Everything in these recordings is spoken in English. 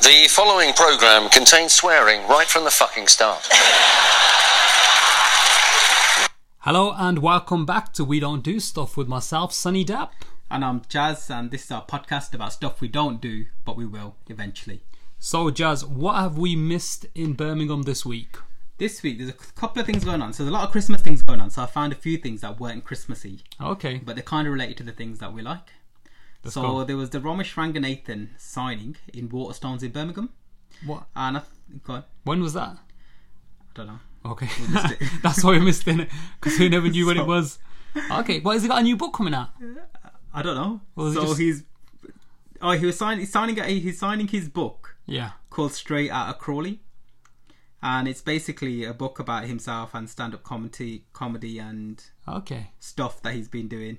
The following program contains swearing right from the fucking start. Hello and welcome back to We Don't Do Stuff with myself, Sunny Dapp. And I'm Jazz, and this is our podcast about stuff we don't do, but we will eventually. So, Jazz, what have we missed in Birmingham this week? This week, there's a couple of things going on. So, there's a lot of Christmas things going on. So, I found a few things that weren't Christmassy, Okay, but they're kind of related to the things that we like. Let's so, go. there was the Ramesh Ranganathan signing in Waterstones in Birmingham. what? And I, th- go on, When was that? I don't know. Okay, missed it. that's why we missed it because we never knew when it So- was. Okay, well, has he got a new book coming out? I don't know. Well, he so, just- he's. Oh, he was signing. He's signing. He's signing his book Yeah. called Straight Outta Crawley, and it's basically a book about himself and stand-up comedy, comedy and Okay, stuff that he's been doing.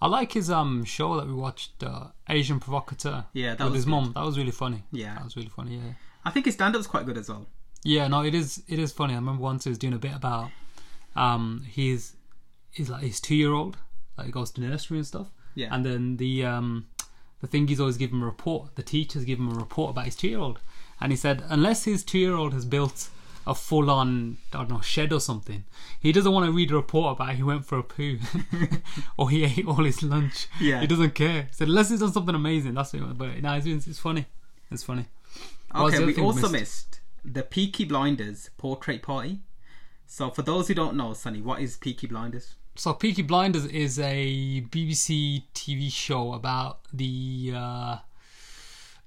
I like his um show that we watched, uh, Asian Provocateur. Yeah, that with was his good. mum. That was really funny. Yeah. that was really funny. Yeah. I think his stand-up's quite good as well. Yeah, no, it is. It is funny. I remember once he was doing a bit about um he's he's like his two year old, like he goes to nursery and stuff. Yeah. And then the um the thing he's always giving him a report. The teachers give him a report about his two year old, and he said unless his two year old has built a full on I don't know shed or something, he doesn't want to read a report about he went for a poo or he ate all his lunch. Yeah. He doesn't care. So unless he's done something amazing, that's what. He wants. But no, it's, it's funny. It's funny. What was Okay, the other we thing also missed? the Peaky Blinders Portrait Party. So, for those who don't know, Sonny, what is Peaky Blinders? So Peaky Blinders is a BBC TV show about the uh,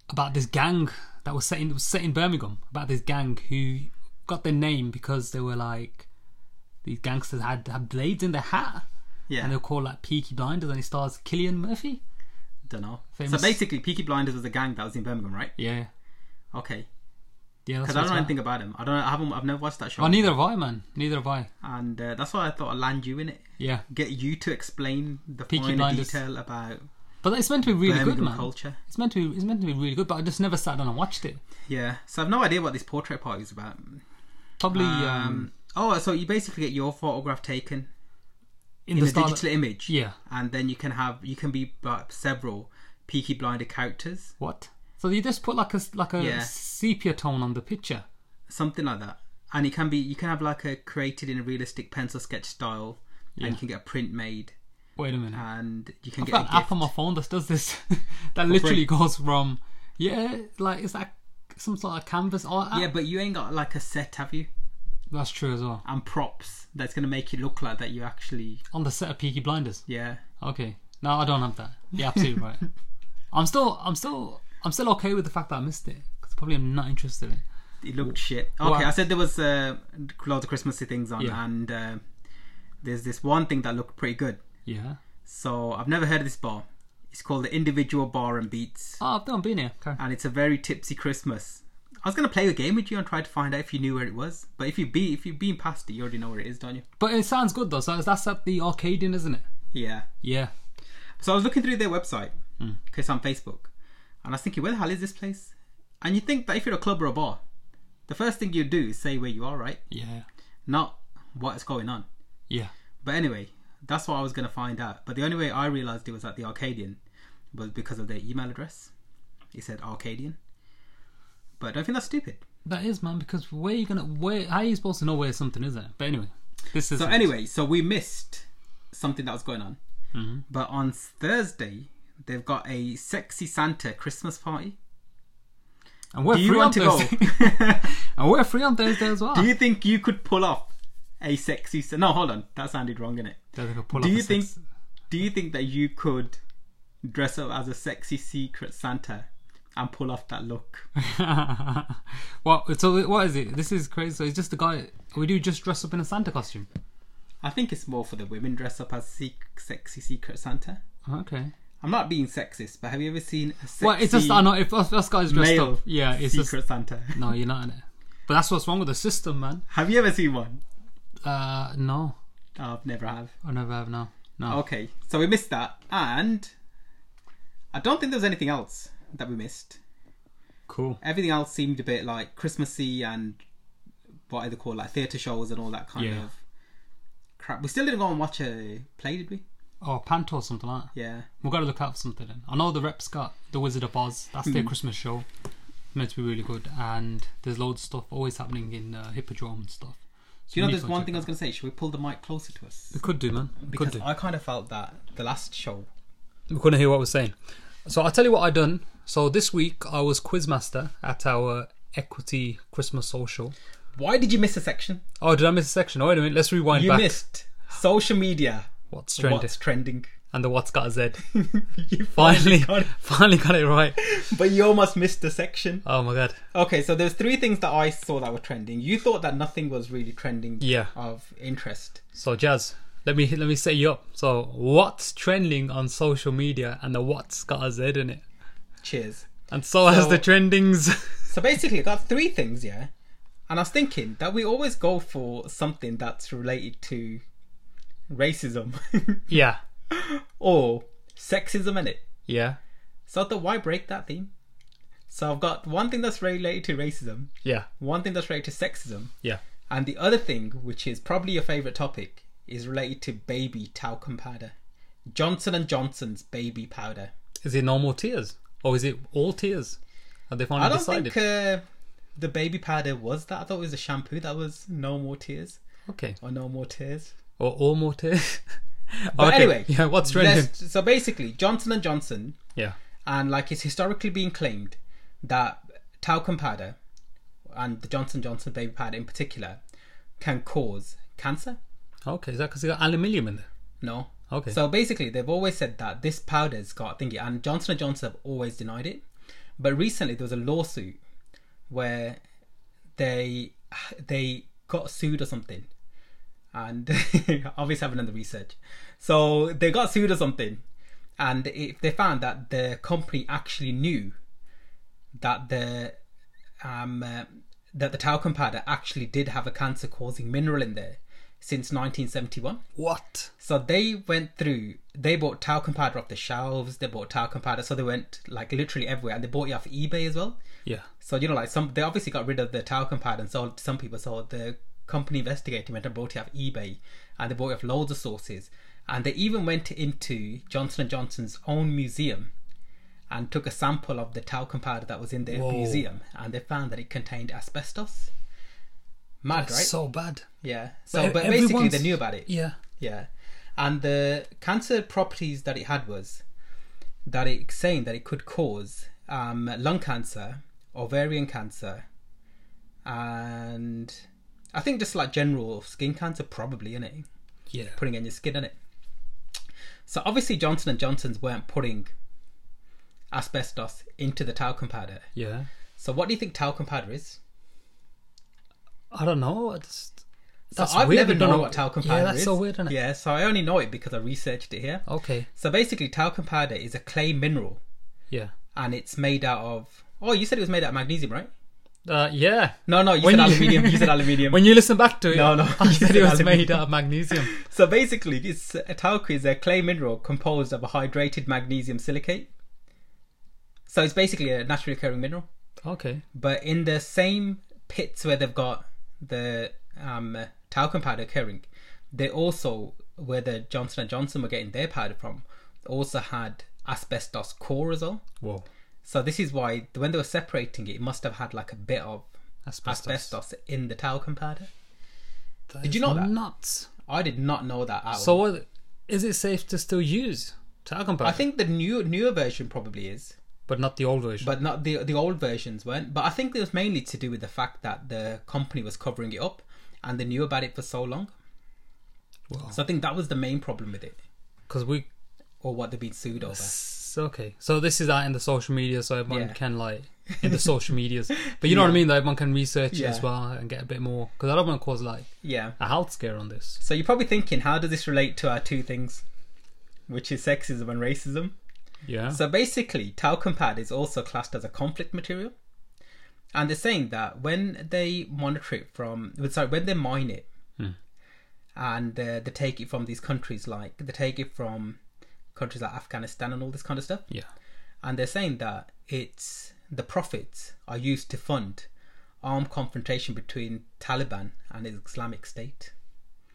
about this gang that was set in was set in Birmingham about this gang who got their name because they were like these gangsters had had blades in their hat Yeah, and they were called like Peaky Blinders and it stars Killian Murphy. don't know. famous- So basically, Peaky Blinders was a gang that was in Birmingham, right? Yeah, Okay, yeah. because I don't know anything about him. I don't. Know, I haven't. I've never watched that show. Oh, neither have I, man. Neither have I. And uh, that's why I thought I'd land you in it. Yeah, Get you to explain the Peaky finer Blinders. detail about but it's meant to be really Birmingham good, man. culture. It's meant to be it's meant to be really good, but I just never sat down and watched it. Yeah. So I've no idea what this portrait party is about. Probably um, Um, oh, so you basically get your photograph taken in, in the a style- digital image. Yeah. and then you can have you can be like several Peaky Blinder characters, What? So you just put like a like a Yeah. sepia tone on the picture. something like that. And it can be you can have like a created in a realistic pencil sketch style, and Yeah. you can get a print made, Wait a minute. and you can I've Ah, get a got an gift. app on my phone that does this. that literally free. goes from yeah, like it's like some sort of canvas art app. yeah, but you ain't got like a set, have you? That's true as well. And props that's gonna make it look like that you actually On the set of Peaky Blinders. yeah. Okay. No, I don't have that. Yeah, absolutely right. I'm still I'm still I'm still okay with the fact that I missed it. 'cause probably I'm not interested in it. It looked shit. Okay, Well, I- I said there was uh, loads of Christmassy things on, Yeah. and uh, there's this one thing that looked pretty good. Yeah. So I've never heard of this bar. It's called the Individual Bar and Beats. Oh, I've done been here. Okay. and it's a very tipsy Christmas. I was gonna play a game with you and try to find out if you knew where it was, but if you be if you've been past it, you already know where it is, don't you? But it sounds good though. So that's at the Arcadian, isn't it? Yeah. Yeah. So I was looking through their website, because on Facebook, and I was thinking, where the hell is this place? And you think that if you're a club or a bar, the first thing you do is say where you are, right? Yeah. Not what is going on. Yeah. But anyway, that's what I was gonna find out. But the only way I realized it was at the Arcadian was because of their email address. It said Arcadian, but I don't think that's stupid. That is, man, because where you gonna where how are you supposed to know where something is at? But anyway, this is So anyway, so we missed something that was going on. Mm-hmm. But on Thursday, they've got a sexy Santa Christmas party. and we're Do you free want to on go? Thursday. and we're free on Thursday as well. Do you think you could pull off a sexy? Sa- No, hold on, that sounded wrong, innit? They're gonna pull Do up you a think? six- Do you think that you could dress up as a sexy secret Santa and pull off that look? what? So what is it? This is crazy. So it's just a guy. We do just dress up in a Santa costume. I think it's more for the women dress up as se- sexy secret Santa. Okay. I'm not being sexist, but have you ever seen a sexy Well, it's just I know if us, us guys dressed male up, yeah, it's secret just Santa? no, you're not in it. But that's what's wrong with the system, man. Have you ever seen one? Uh, no, I've Oh, never have. I never have. No, no. Okay, so we missed that, and I don't think there was anything else that we missed. Cool. Everything else seemed a bit like Christmassy and what are they called, like theatre shows and all that kind Yeah. of crap. We still didn't go and watch a play, did we? Or panto or something like that. Yeah. Hmm. We've got to look out for something then. I know the reps got The Wizard of Oz. That's their Christmas show. meant to be really good, and there's loads of stuff always happening in uh, Hippodrome and stuff. So Do you know need there's to go one check thing I was that going to say? Should we pull the mic closer to us? out. We could do, man. We could Because do. I kind of felt that the last show. we couldn't hear what I was saying. So I'll tell you what i done. So this week I was quizmaster at our equity Christmas social. Why did you miss a section? Oh, did I miss a section? Oh, wait a minute. Let's rewind You back. missed social media. What's trending? What's trending? And the what's got a Z. you Finally, got it. finally got it right. But you almost missed the section. Oh my god. Okay, so there's three things that I saw that were trending. You thought that nothing was really trending Yeah. of interest. So Jazz, let me let me set you up. So what's trending on social media and the what's got a Z in it, Cheers. and so, has So- the trendings. So basically, I got three things, yeah. And I was thinking that we always go for something that's related to racism yeah, or sexism in it. yeah, So I thought, why break that theme? So I've got one thing that's related to racism, yeah, one thing that's related to sexism, yeah. and the other thing, which is probably your favorite topic, is related to baby talcum powder, Johnson and Johnson's baby powder. Is it normal tears or is it all tears? Have they finally I don't decided? think uh, the baby powder was that. I thought it was a shampoo that was no more tears okay, or no more tears. or all more tears. But anyway, yeah, what's trending? let's- So basically, Johnson and Johnson, Yeah, and like it's historically been claimed that talcum powder and the Johnson Johnson baby powder in particular can cause cancer. okay. Is that because they got aluminium in there? No. Okay. So basically, they've always said that this powder's got thingy, and Johnson and Johnson have always denied it. But recently, there was a lawsuit where they they got sued or something, and obviously I haven't done the research. So they got sued or something, and it, they found that the company actually knew that the um, uh, that the talcum powder actually did have a cancer-causing mineral in there since 1971. What? So they went through. They bought talcum powder off the shelves. They bought talcum powder, so they went like literally everywhere, and they bought it off eBay as well. Yeah. So you know, like some they obviously got rid of the talcum powder, and sold to some people. So the company investigated went and bought it off eBay, and they bought it off loads of sources, and they even went into Johnson and Johnson's own museum, and took a sample of the talcum powder that was in their Whoa. museum, and they found that it contained asbestos. Mad, right? So bad. yeah. So, e- but basically, everyone's- they knew about it. Yeah. Yeah. And the cancer properties that it had was that it's saying that it could cause um, lung cancer, ovarian cancer, and I think just like general skin cancer, probably, innit? Yeah. Putting in your skin, innit? So obviously, Johnson and Johnson's weren't putting asbestos into the talcum powder. Yeah. So, what do you think talcum powder is? I don't know. It's, So that's I've weird. never I don't known know- what talcum yeah, powder that's is. so weird, isn't it? Yeah, so I only know it because I researched it here. Okay. So basically, talcum powder is a clay mineral, Yeah. and it's made out of. Oh, you said it was made out of magnesium, right? Uh, yeah. No, no, you When said you- aluminium. You said aluminium. When you listen back to it, No, no, I you said said it was aluminium. made out of magnesium. So basically, it's a talc is a clay mineral composed of a hydrated magnesium silicate. So it's basically a naturally occurring mineral, Okay. but in the same pits where they've got the um, talcum powder occurring, they also where the Johnson and Johnson were getting their powder from, also had asbestos core as well. Whoa. So this is why when they were separating it, it must have had like a bit of Asbestos. asbestos in the talcum powder. That Did you is know that? Nuts. I did not know that at So all. what? Is it safe to still use talcum powder? I think the new newer version probably is, but not the old version. but not the the old versions weren't. But I think it was mainly to do with the fact that the company was covering it up, and they knew about it for so long. Wow. So I think that was the main problem with it, Because we. or what they've been sued over. s- Okay. So this is out in the social media, so everyone Yeah. can like in the social medias. But you know what I mean. That everyone can research it as Yeah. well and get a bit more. Because I don't want to cause like Yeah. a health scare on this. So you're probably thinking, how does this relate to our two things, which is sexism and racism? Yeah. So basically, talcum pad is also classed as a conflict material, and they're saying that when they monitor it from, well, sorry, when they mine it, Hmm. and uh, they take it from these countries like they take it from countries like Afghanistan and all this kind of stuff, yeah. and they're saying that it's the profits are used to fund armed confrontation between Taliban and Islamic State.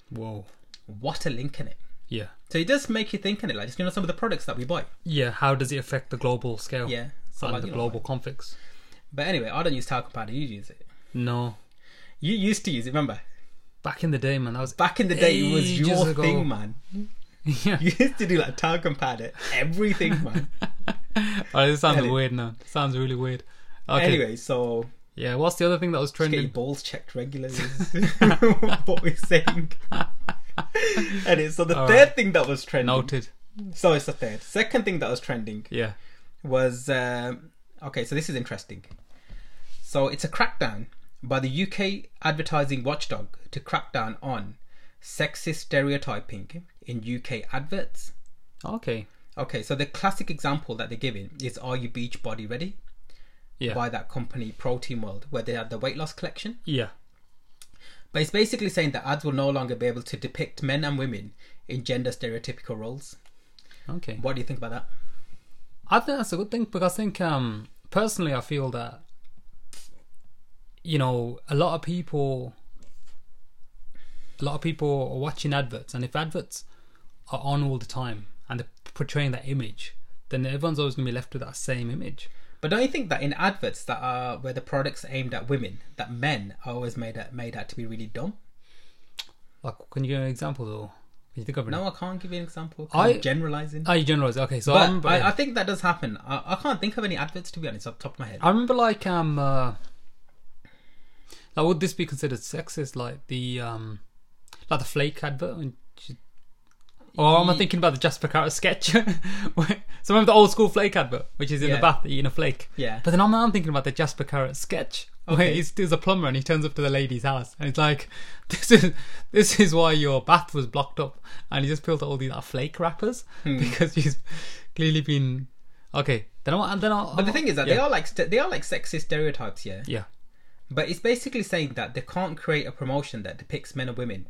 Whoa. What a link in it! Yeah. So it does make you think in it, like just you know some of the products that we buy. Yeah. How does it affect the global scale? Yeah, so and like, the you know, global conflicts. But anyway, I don't use talcum powder. You use it. No. You used to use it. Remember, Back in the day, man, that was back in the day, it was your Ages ago. thing, man. yeah. You used to do like talcum powder, everything, man. Oh, this sounds Anyway. weird now. Sounds really weird. Okay. Anyway, so Yeah. What's the other thing that was get your trending? balls checked regularly. is what we're saying. anyway, so the All third right. thing that was trending. Noted. So it's the third. Second thing that was trending Yeah. was um, okay. So this is interesting. So it's a crackdown by the UK advertising watchdog to crack down on sexist stereotyping in UK adverts. Okay. Okay, so the classic example that they're giving is Are You Beach Body Ready? Yeah. by that company Protein World, where they had the weight loss collection. Yeah. But it's basically saying that ads will no longer be able to depict men and women in gender stereotypical roles. Okay. What do you think about that? I think that's a good thing because I think um personally I feel that you know a lot of people a lot of people are watching adverts and if adverts are on all the time and they're portraying that image then everyone's always going to be left with that same image. But don't you think that in adverts that are where the products aimed at women, that men are always made out, made out to be really dumb? Like can you give an example though? Can you think of it? No, I can't give you an example. 'cause I- I'm generalizing. Oh, you generalize. Okay, so I but remember, I, I think that does happen. I, I can't think of any adverts to be honest off the top of my head. I remember like um uh like would this be considered sexist like the um like the flake advert when she, or am I Ye- thinking about the Jasper Carrot sketch? so remember the old school flake advert, which is in Yeah. the bath eating a flake. Yeah. But then I'm, I'm thinking about the Jasper Carrot sketch, where Okay. he's, he's a plumber and he turns up to the lady's house and it's like, this is this is why your bath was blocked up, and he just peeled out all these like, flake wrappers Hmm. because he's clearly been okay. Then I then I But the thing is that they are like st- they are like sexist stereotypes, yeah. yeah. But it's basically saying that they can't create a promotion that depicts men and women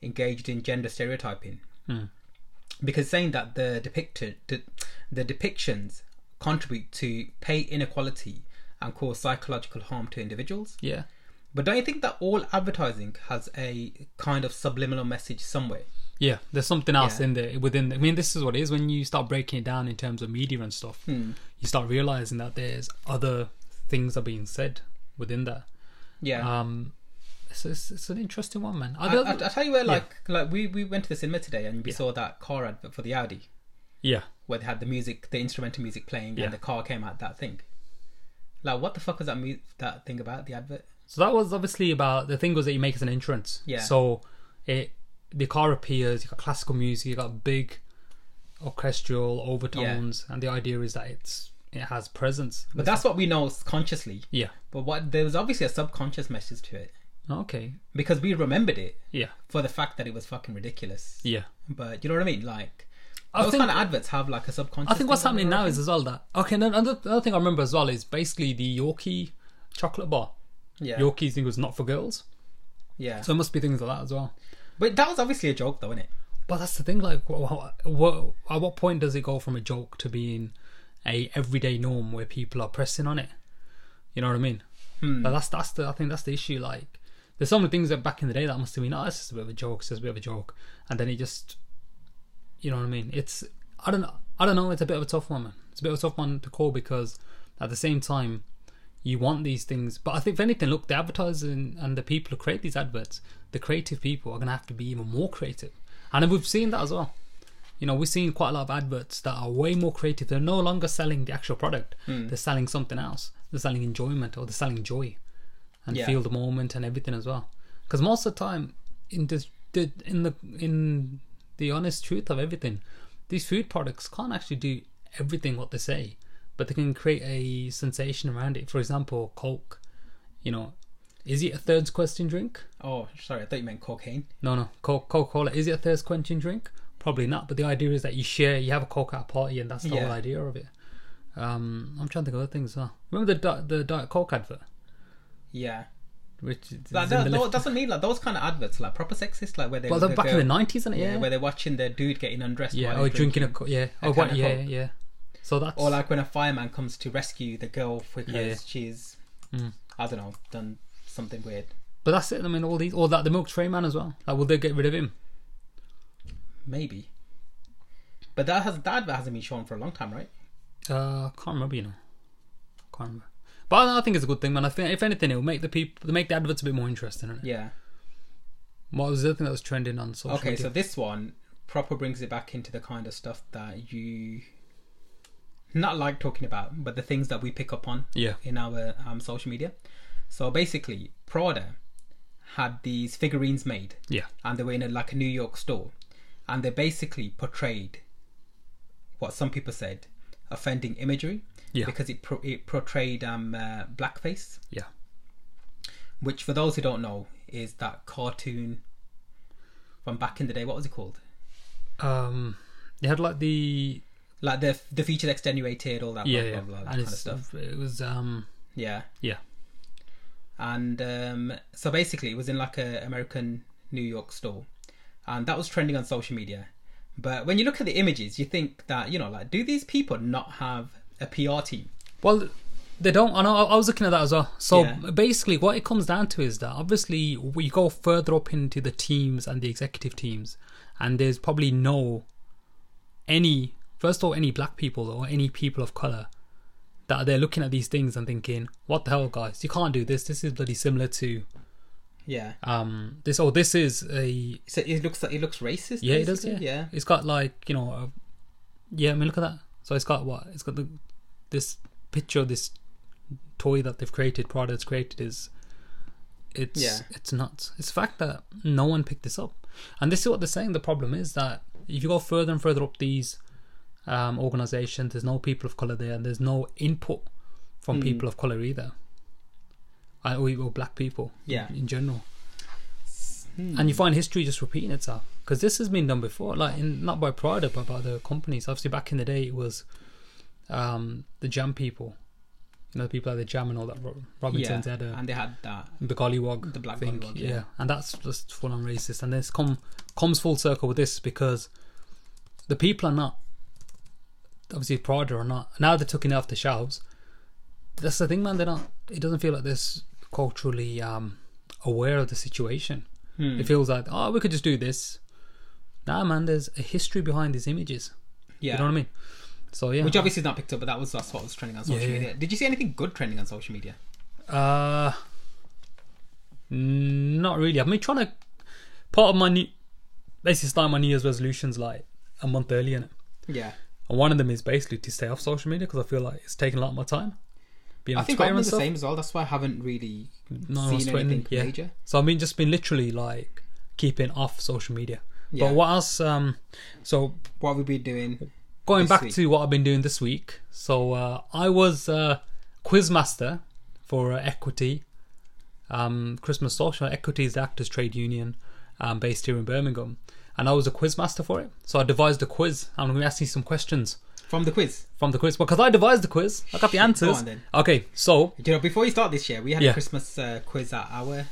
engaged in gender stereotyping. Because saying that the depicted the, the depictions contribute to pay inequality and cause psychological harm to individuals. Yeah. But don't you think that all advertising has a kind of subliminal message somewhere? Yeah, there's something else Yeah. in there within. I mean, this is what it is when you start breaking it down in terms of media and stuff. Hmm. You start realizing that there's other things are being said within that. Yeah. Um, so it's, it's an interesting one, man. I I, don't, I, I tell you where, like, like we, we went to the cinema today and we saw that car advert for the Audi yeah, where they had the music, the instrumental music playing, Yeah. and the car came out that thing. Like, what the fuck was that mu- that thing about the advert? So that was obviously about the thing was that you make as an entrance. Yeah. So it the car appears, you got classical music, you got big orchestral overtones, and the idea is that it's it has presence. But that's what we know s- consciously. yeah. But what there was obviously a subconscious message to it Okay. because we remembered it Yeah. for the fact that it was fucking ridiculous. Yeah. But you know what I mean? Like I those think- kind of adverts have like a subconscious. I think what's thing happening going on. now is as well that okay. And then another, another thing I remember as well is basically the Yorkie chocolate bar. yeah, Yorkies thing was not for girls, yeah. so it must be things like that as well. but that was obviously a joke, though, wasn't it? But that's the thing. Like, what, what, at what point does it go from a joke to being a everyday norm where people are pressing on it? You know what I mean? Like, that's that's the I think that's the issue. Like, there's so many things that back in the day that must have been, oh, it's just a bit of a joke, it's just a bit of a joke, and then it just, you know what I mean? It's I don't know, I don't know. It's a bit of a tough one, man. It's a bit of a tough one to call because at the same time, you want these things. But I think if anything, look, the advertisers and, and the people who create these adverts, the creative people are gonna have to be even more creative. And we've seen that as well. You know, we're seeing quite a lot of adverts that are way more creative. They're no longer selling the actual product. They're selling something else. They're selling enjoyment or they're selling joy and Yeah. feel the moment and everything as well. Because most of the time, in this, the in the in the honest truth of everything, these food products can't actually do everything what they say, but they can create a sensation around it. For example, Coke. You know, is it a third question drink? Oh, sorry, I thought you meant cocaine. No, no. Co- Coca-Cola is it a thirst quenching drink? Probably not. But the idea is that you share, you have a Coke at a party, and that's the Yeah. whole idea of it. Um, I'm trying to think of other things. as well. Remember the Di- the Diet Coke advert, Yeah, which is like, in that, the no, lift- that's what I mean. Like those kind of adverts, like proper sexist, like where they. well, the that back girl- in the 90s, isn't it? yeah, Yeah, where they're watching their dude getting undressed. yeah. while Or he's drinking a co- yeah. a Oh, what? can of Yeah, Coke. yeah. So that's Or like when a fireman comes to rescue the girl because Yeah. she's, I don't know, done something weird. but that's it. I mean, all these or that the milk tray man as well. Like, will they get rid of him? Maybe. But that has that advert hasn't been shown for a long time, right? Uh, can't remember. You know, can't remember. But I think it's a good thing, man. I think if anything, it'll make the people make the adverts a bit more interesting. Innit? Yeah. What was the other thing that was trending on social? Okay, media? so this one proper brings it back into the kind of stuff that you not like talking about, but the things that we pick up on yeah, in our um, social media. So basically, Prada had these figurines made, yeah, and they were in a, like a New York store, and they basically portrayed what some people said offending imagery Yeah. because it pro- it portrayed um uh, blackface, yeah, which for those who don't know is that cartoon from back in the day. What was it called? um, they had like the Like the the features extenuated, all that yeah, blah, yeah, blah, blah, that and kind of it's, stuff. it was um, Yeah. yeah, and um, so basically it was in like a American New York store, and that was trending on social media. But when you look at the images, you think that you know, like, do these people not have a PR team? Well, they don't. I know. I I was looking at that as well. So Yeah. basically, what it comes down to is that obviously we go further up into the teams and the executive teams, and there's probably no any first of all any black people or any people of color that they're looking at these things and thinking, "What the hell, guys? You can't do this. This is bloody similar to Yeah, um this or this is a so it looks like it looks racist. yeah, it does. Yeah. basically. yeah, it's got like you know, uh, yeah. I mean, look at that. So it's got what? It's got the this picture, of this toy that they've created, products created is. It's Yeah. it's nuts. It's the fact that no one picked this up, and this is what they're saying. The problem is that if you go further and further up these um, organizations, there's no people of color there, and there's no input from Hmm. people of color either, I, or, or black people, Yeah. Hmm. in, in general and you find history just repeating itself because this has been done before like in, not by Prada but by other companies obviously back in the day it was um, the jam people you know the people like the jam and all that Ro- Robinson's yeah. had a, and they had that. the gollywog The black thing gollywog, yeah. yeah. and that's just full on racist and this come comes full circle with this because the people are not obviously Prada are not now they're taking it off the shelves that's the thing man they're not it doesn't feel like this culturally um, aware of the situation Hmm. it feels like, oh, we could just do this. Nah, man, there's a history behind these images. Yeah, You know what I mean? So yeah, which obviously is not picked up, but that was that's what was trending on social Yeah. media. Did you see anything good trending on social media? uh, n- not really. I've been trying to part of my new, basically start my New Year's resolutions like a month earlier, innit? Yeah, and one of them is basically to stay off social media because I feel like it's taking a lot of my time. Being I on think Twitter I'm the and stuff. same as well. That's why I haven't really No, I was seen tweeting, anything yeah. major. So I mean, just been literally like keeping off social media. Yeah. But what else? Um, so What we be doing? going This back week. to what I've been doing this week. So uh, I was uh, quizmaster for uh, Equity, um, Christmas Social. Equity is the actors' trade union um, based here in Birmingham, and I was a quizmaster for it. So I devised a quiz. I'm going to ask you some questions From the quiz. from the quiz because I devised the quiz. I got the answers. on then. Okay, so You know, before you start this year, we had Yeah. a Christmas uh, quiz at our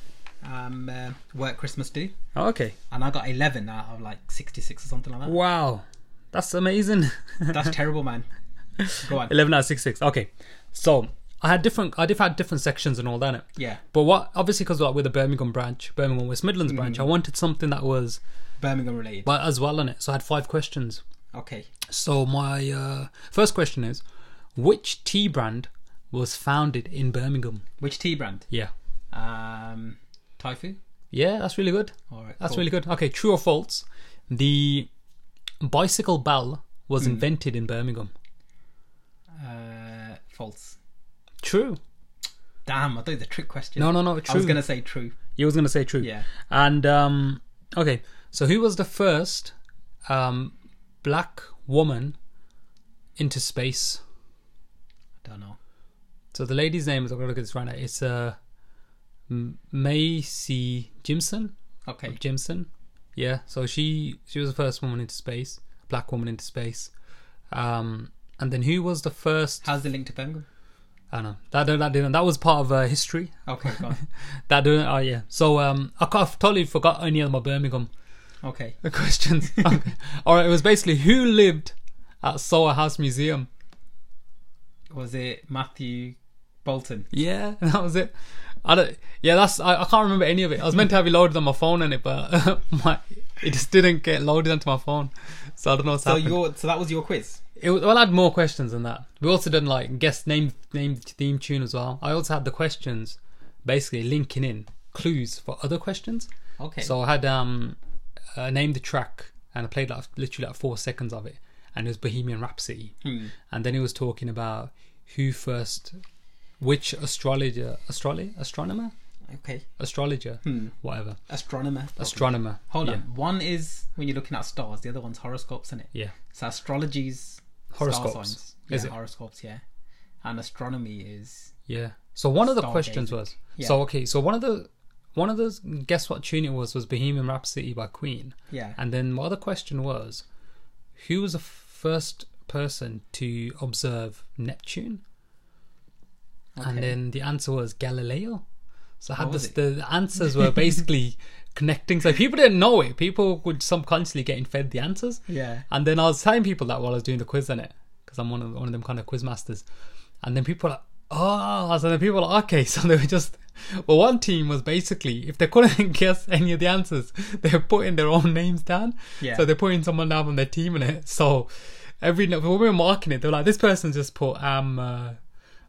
um, uh, work Christmas do, okay, and I got 11 out of like 66 or something like that. wow, that's amazing. That's terrible, man. Go on. 11 out of 66. Okay, so I had different. I did had different sections and all that. innit? Yeah, But what obviously because like with the Birmingham branch, Birmingham West Midlands Mm. branch, I wanted something that was Birmingham related. well, as well in it. So I had five questions. Okay. So my uh, first question is, which tea brand was founded in Birmingham? Which tea brand? Yeah, Um, Taifu? yeah, that's really good. All right. That's cool. really good. Okay, true or false? The bicycle bell was Mm. invented in Birmingham. Uh, false. True. Damn, I thought it was a trick question. No, no, no. I True. was going to say true. You was gonna say true. Yeah. And um, okay, so who was the first um, black woman into space? Don't know. So the lady's name is. I'm gonna look at this right now. It's uh, M- Macy Jimson. Okay. Jimson. Yeah. So she she was the first woman into space, black woman into space. Um, and then who was the first? How's the link to Birmingham? I don't know. That that didn't. That was part of uh, history. Okay, go on. That didn't. Oh yeah. So um, I ca- I've totally forgot any of my Birmingham Okay. the questions. Okay. All right, it was basically who lived at Sower House Museum. Was it Matthew Bolton? Yeah, that was it. I don't. Yeah, that's. I, I can't remember any of it. I was meant to have it loaded on my phone and it, but my it just didn't get loaded onto my phone, so I don't know what's So happened. your so that was your quiz. It, was- well, I had more questions than that. We also done like guess name name theme tune as well. I also had the questions, basically linking in clues for other questions. Okay. So I had um, uh, named the track and I played like literally like four seconds of it, and it was Bohemian Rhapsody. Hmm. And then he was talking about who first, which astrologer, astrologer, astronomer, okay, astrologer, Hmm. whatever, astronomer. probably. astronomer. Hold yeah. on. One is when you're looking at stars. The other one's horoscopes, isn't it? Yeah. So astrology's Horoscopes, Star signs. Yeah, is it? horoscopes? Yeah. And astronomy is Yeah. So one of the Stargazing. questions was Yeah. so okay. So one of the one of those guess what tune it was was Bohemian Rhapsody by Queen. yeah. And then my other question was, who was the first person to observe Neptune? Okay. And then the answer was Galileo. So I had What was this, the the answers were basically connecting. So people didn't know it. People would subconsciously getting fed the answers. Yeah. And then I was telling people that while I was doing the quiz on it, because I'm one of one of them kind of quiz masters. And then people were like, oh, so then people were like, okay, so they were just. Well, one team was basically if they couldn't guess any of the answers, they were putting their own names down. Yeah. So they're putting someone down from their team in it. So every when we were marking it, they were like, this person just put um uh,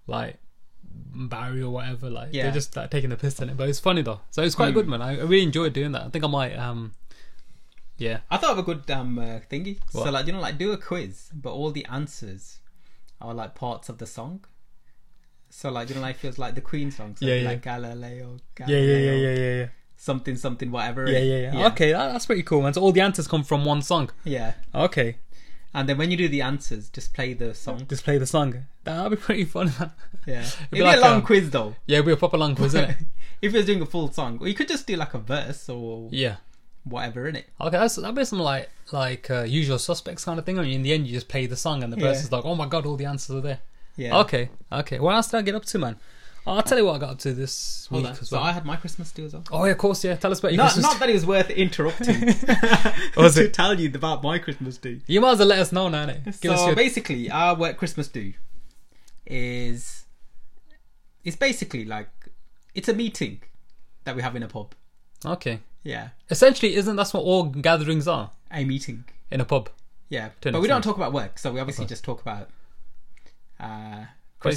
like Barry or whatever. Like Yeah. they're just like taking the piss in it. But it's funny though, so it's quite good, man. I, I really enjoyed doing that. I think I might um yeah I thought of a good um uh, thingy. So What? like you know like do a quiz, but all the answers are like parts of the song. So like you know like feels like the Queen song. So Yeah, it'd be yeah. Like Galileo. yeah Galileo yeah yeah yeah yeah yeah. Something something whatever. Yeah, yeah, yeah. Okay, that, that's pretty cool, man. So all the answers come from one song. Yeah. Okay, And then when you do the answers, just play the song. just play the song. That'll be pretty fun, man. Yeah. It'd be be like, a long um, quiz though. Yeah, we're a proper long quiz, isn't it? if you're doing a full song, or you could just do like a verse or Yeah. whatever in it. Okay, that's that'd be some like like uh, usual suspects kind of thing. I mean, in the end, you just play the song, and the Yeah. person's like, "Oh my god, all the answers are there." Yeah. Okay, okay. What else did I get up to, man? I'll tell you what I got up to this Hold week on. as So well. I had my Christmas too as well. Oh yeah, of course, yeah. Tell us about your Not, Christmas. not that it was worth interrupting Was to it? tell you about my Christmas do. You might as well let us know now, innit? Give us so your... basically, our work Christmas do is it's basically like it's a meeting that we have in a pub. Okay. Yeah, Essentially, isn't that what all gatherings are a meeting. in a pub? Yeah, Turn but it we don't to- talk about work, so we obviously just talk about But uh, it's,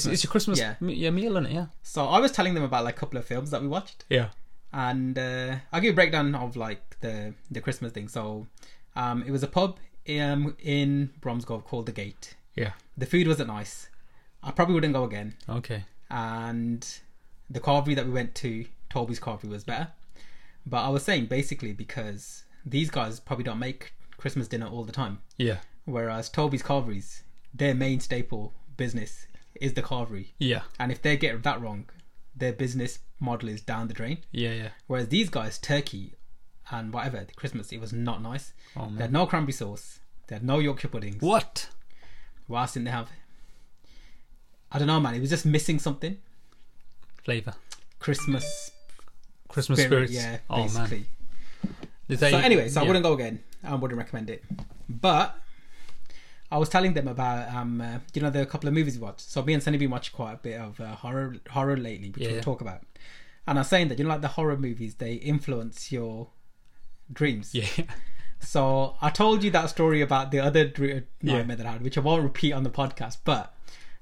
Christmas. it's your Christmas Yeah. me- your meal, isn't it? Yeah. So I was telling them about like a couple of films that we watched, Yeah. and uh, I'll give you a breakdown of like the the Christmas thing. So um, it was a pub um, in Bromsgrove called The Gate. Yeah. The food wasn't nice. I probably wouldn't go again. Okay. and the carvery that we went to, Toby's carvery was better. But I was saying basically because these guys probably don't make Christmas dinner all the time, Yeah. whereas Toby's carveries, their main staple business is the carvery, Yeah. and if they get that wrong, their business model is down the drain. Yeah. Yeah. Whereas these guys, turkey and whatever, the Christmas, it was not nice. Oh They man. had no cranberry sauce. They had no Yorkshire puddings. What? What else didn't they have? I don't know, man. It was just missing something. Flavor. Christmas Christmas spirit, spirits. yeah, oh basically. man. Is that So you- anyway, so I yeah. wouldn't go again. I wouldn't recommend it. But I was telling them about um, uh, you know, the couple of movies we watched. So me and Sunny been watching quite a bit of uh, horror horror lately, which Yeah, we'll yeah. talk about. And I was saying that you know, like the horror movies, they influence your dreams. Yeah. So I told you that story about the other dr- uh, nightmare Yeah. that I had, which I won't repeat on the podcast. But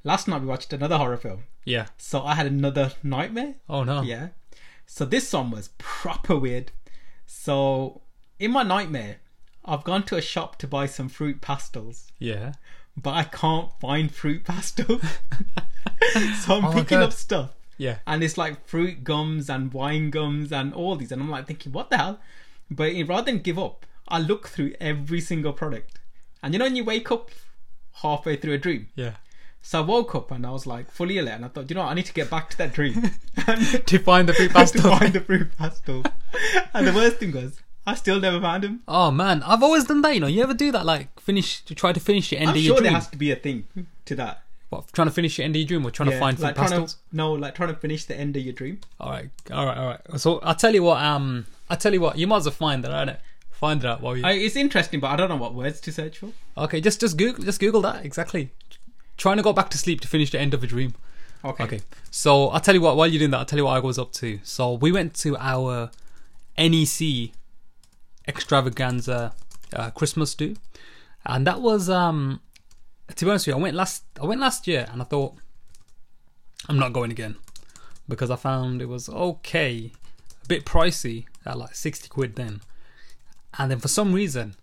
last night we watched another horror film. Yeah. So I had another nightmare. Oh no. Yeah. So this one was proper weird. So in my nightmare, I've gone to a shop to buy some fruit pastels, Yeah. but I can't find fruit pastel. so I'm Oh my picking God. up stuff. Yeah. And it's like fruit gums and wine gums and all these. And I'm like thinking, what the hell? But rather than give up, I look through every single product. And you know when you wake up halfway through a dream? Yeah. So I woke up and I was like fully alert and I thought, you know what, I need to get back to that dream. and To find the fruit to pastel. find the fruit pastel. and the worst thing was, I still never found him. Oh man, I've always done that. You know, you ever do that? Like finish to try to finish your end I'm of sure your dream. there has to be a thing to that. What trying to finish your end of your dream or trying to find fruit like trying pastels? to no, like trying to finish the end of your dream. All right. All right. All right. So I'll tell you what. Um, I'll tell you what. You might as well find that, innit? Find it out while you. I, it's interesting, but I don't know what words to search for. Okay, just just Google just Google that exactly. Trying to go back to sleep to finish the end of a dream. Okay. Okay, so I'll tell you what. While you're doing that, I'll tell you what I was up to. So we went to our NEC E extravaganza uh, Christmas do, and that was um, to be honest with you, I went last I went last year, and I thought I'm not going again because I found it was okay, a bit pricey at like sixty quid then, and then for some reason,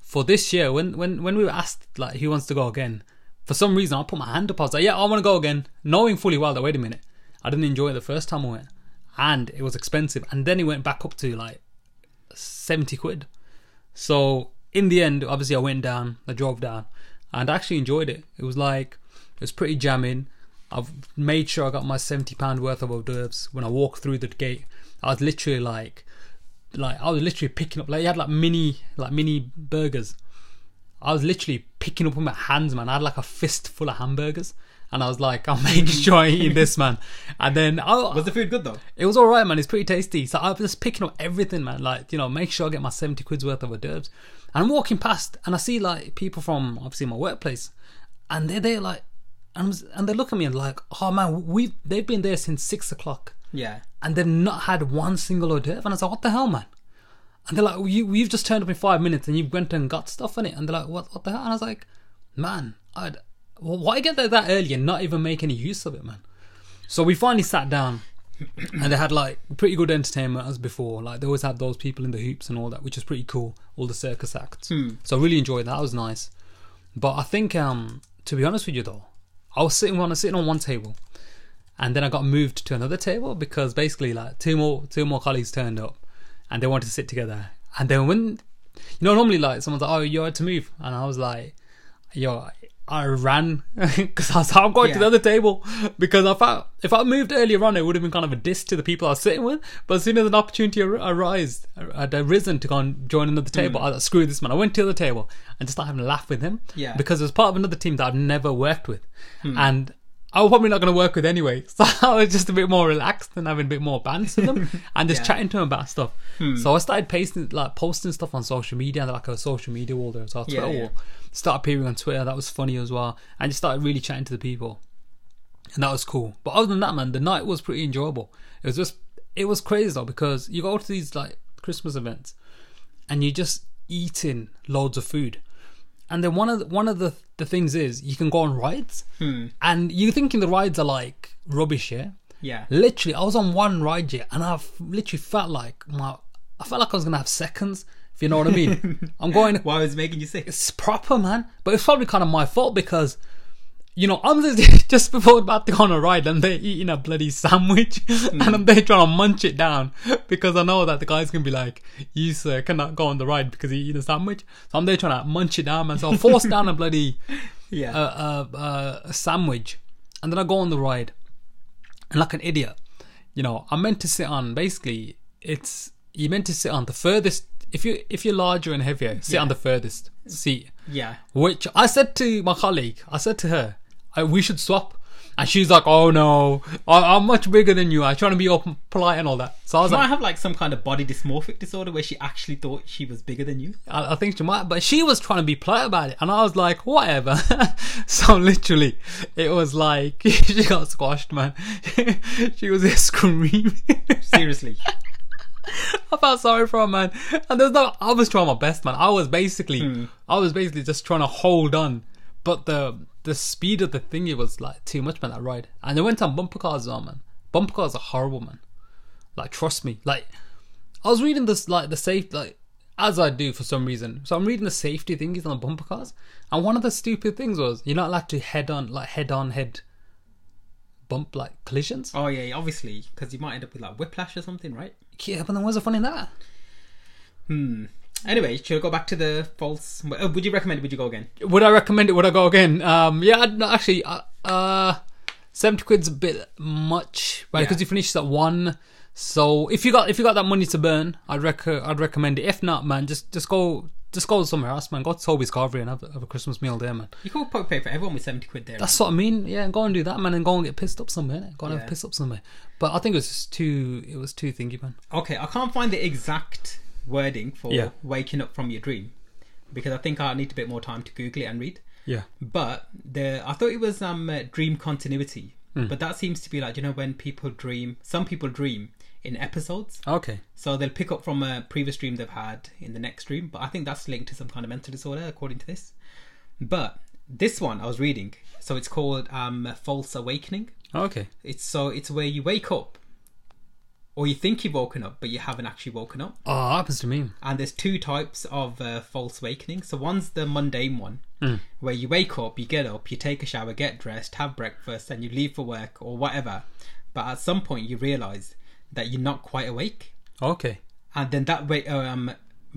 for this year when when when we were asked like who wants to go again, for some reason I put my hand up. I was like, yeah, I want to go again, knowing fully well that wait a minute, I didn't enjoy it the first time I went, and it was expensive, and then it went back up to like seventy quid. So in the end, obviously I went down, I drove down, and I actually enjoyed it. It was like it was pretty jamming. I've made sure I got my seventy pound worth of hors d'oeuvres. When I walked through the gate, I was literally like, like I was literally picking up. Like you had like mini, like mini burgers. I was literally picking up with my hands, man. I had like a fist full of hamburgers, and I was like, I'm making sure I eat this, man. And then I Was the food good though? it was all right, man. It's pretty tasty. So I was just picking up everything, man. Like you know, make sure I get my seventy quid's worth of hors d'oeuvres. And I'm walking past, and I see like people from obviously my workplace, and they're there like, and, I'm s- and they look at me and like, oh man, we they've been there since six o'clock, Yeah. and they've not had one single hors d'oeuvre. And I was like, what the hell, man? And they're like, well, you you've just turned up in five minutes, and you went and got stuff in it. And they're like, what what the hell? And I was like, man, I'd well, why get there that early and not even make any use of it, man? So we finally sat down and they had like pretty good entertainment as before. Like they always had those people in the hoops and all that, which is pretty cool. All the circus acts. So I really enjoyed that. That was nice. But I think, um, to be honest with you though, I was sitting on I was sitting on one table, and then I got moved to another table because basically like two more two more colleagues turned up, and they wanted to sit together. And then when you know normally like someone's like, oh, you had to move, and I was like, yo, I ran because I was like, I'm going to Yeah. the other table because I felt if I moved earlier on, it would have been kind of a diss to the people I was sitting with. But as soon as an opportunity ar- arised, I'd arisen to go and join another table. I was like, screw this man. I went to the other table and just started having a laugh with him Yeah. Hmm. because it was part of another team that I've never worked with, and. I was probably not going to work with anyway, so I was just a bit more relaxed and having a bit more bands with them, and just Yeah. Hmm. chatting to them about stuff. So I started pasting, like posting stuff on social media, like a social media wall there as well, Yeah, Twitter yeah. wall. Start appearing on Twitter, that was funny as well, and just started really chatting to the people and that was cool. But other than that, man, the night was pretty enjoyable. It was just, it was crazy though because you go to these like Christmas events, and you're just eating loads of food, and then one of the, one of the the things is you can go on rides, Hmm. and you're thinking the rides are like rubbish, yeah. Yeah. Literally, I was on one ride here, and I literally felt like my, I felt like I was gonna have seconds. If you know what I mean, I'm going Why was it making you sick? it's proper, man. But it's probably kind of my fault because, you know, I'm just, just before about to go on a ride and they're eating a bloody sandwich and I'm there trying to munch it down because I know that the guy's going to be like, you, sir, cannot go on the ride because you're eating a sandwich. So I'm there trying to munch it down, man. So I force down a bloody Yeah. a, a, a- a sandwich, and then I go on the ride, and like an idiot, you know, I'm meant to sit on. Basically, it's you're meant to sit on the furthest. If you if you're larger and heavier, sit on the furthest seat. yeah. Which I said to my colleague, I said to her, I, we should swap. And she's like, oh no, I, I'm much bigger than you. I'm trying to be all polite and all that. So I was Might like, have like some kind of body dysmorphic disorder where she actually thought she was bigger than you. I, I think she might, but she was trying to be polite about it, and I was like, whatever. so literally, it was like she got squashed, man. she was there screaming. Seriously. I felt sorry for her, man. And there's no, I was trying my best, man. I was basically, I was basically just trying to hold on, but the the speed of the thing it was like too much, man. That ride, and they went on bumper cars, as well, man. Bumper cars are horrible, man. Like, trust me. Like, I was reading this, like, the safe, like, as I do for some reason. So I'm reading the safety thingies on the bumper cars, and one of the stupid things was you're not allowed to head on, like, head on head bump, like, collisions. Oh yeah, yeah, obviously, because you might end up with like whiplash or something, right? Yeah, but then what's the fun in that? Anyway, should I go back to the false? Oh, would you recommend? Would you go again? Would I recommend it? Would I go again? Um, yeah, I'd, no, actually, uh, uh, seventy quid's a bit much, right? Yeah. Because you finished at one. So if you got if you got that money to burn, I'd rec- I'd recommend it. If not, man, just just go just go somewhere else, man. Go to Toby's Carvery and have, a- have a Christmas meal there, man. You could probably pay for everyone with seventy quid there. That's what I mean. Yeah, go and do that, man, and go and get pissed up somewhere. innit? Go and Yeah. have pissed up somewhere. But I think it was just too it was too thingy, man. Okay, I can't find the exact wording for Yeah. waking up from your dream because I think I need a bit more time to Google it and read. Yeah, But the I thought it was um uh, dream continuity, Hmm. But that seems to be like you know when people dream. Some people dream in episodes, Okay. so they'll pick up from a previous dream they've had in the next dream. But I think that's linked to some kind of mental disorder, according to this. But this one I was reading, so it's called um, a false awakening. Okay. It's so it's where you wake up, or you think you've woken up, but you haven't actually woken up. Oh, happens to me. And there's two types of uh, false awakening. So one's the mundane one, where you wake up, you get up, you take a shower, get dressed, have breakfast, and you leave for work or whatever. But at some point, you realize that you're not quite awake, Okay. and then that way um,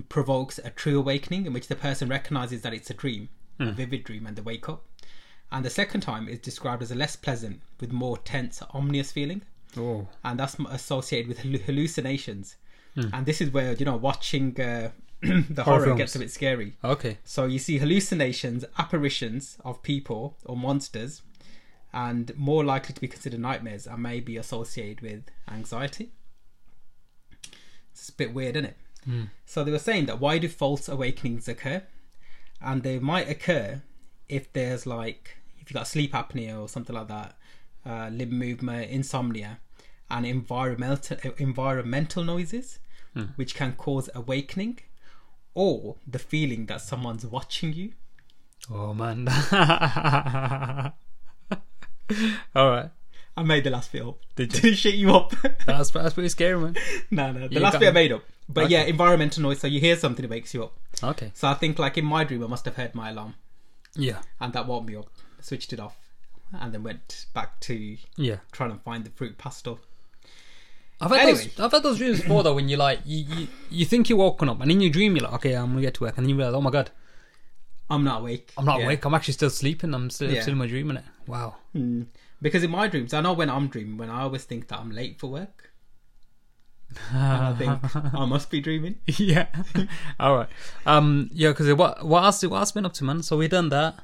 provokes a true awakening, in which the person recognizes that it's a dream, a vivid dream, and they wake up. And the second time is described as a less pleasant, with more tense, ominous feeling Oh. and that's m- associated with hallu- hallucinations. And this is where you know watching uh, the horror, films. gets a bit scary. Okay. So you see hallucinations, apparitions of people or monsters, and more likely to be considered nightmares and may be associated with anxiety. It's a bit weird, isn't it? So they were saying that why do false awakenings occur? And they might occur if there's like if you've got sleep apnea or something like that, uh, limb movement, insomnia, and environmental environmental noises, which can cause awakening, or the feeling that someone's watching you. Oh man. All right. I made the last bit up. Did you? Did it shit you up? That's that's pretty scary, man. no, no. The You last got bit I me. made up. But Okay. yeah, environmental noise. So you hear something, it wakes you up. Okay. So I think, like in my dream, I must have heard my alarm, Yeah. and that woke me up. Switched it off, and then went back to Yeah. trying to find the fruit pasta. I've had Anyway. those. I've had those dreams before, though, when you like you, you you think you're woken up, and in your dream you're like, okay, I'm gonna get to work, and then you realize, oh my god, I'm not awake. I'm not Yeah. awake. I'm actually still sleeping. I'm still Yeah. still in my dream, innit? Wow. Hmm. Because in my dreams, I know when I'm dreaming, when I always think that I'm late for work. and I think I must be dreaming. yeah. All right. Um. Yeah. Because what what else what else been up to, man? So we done that.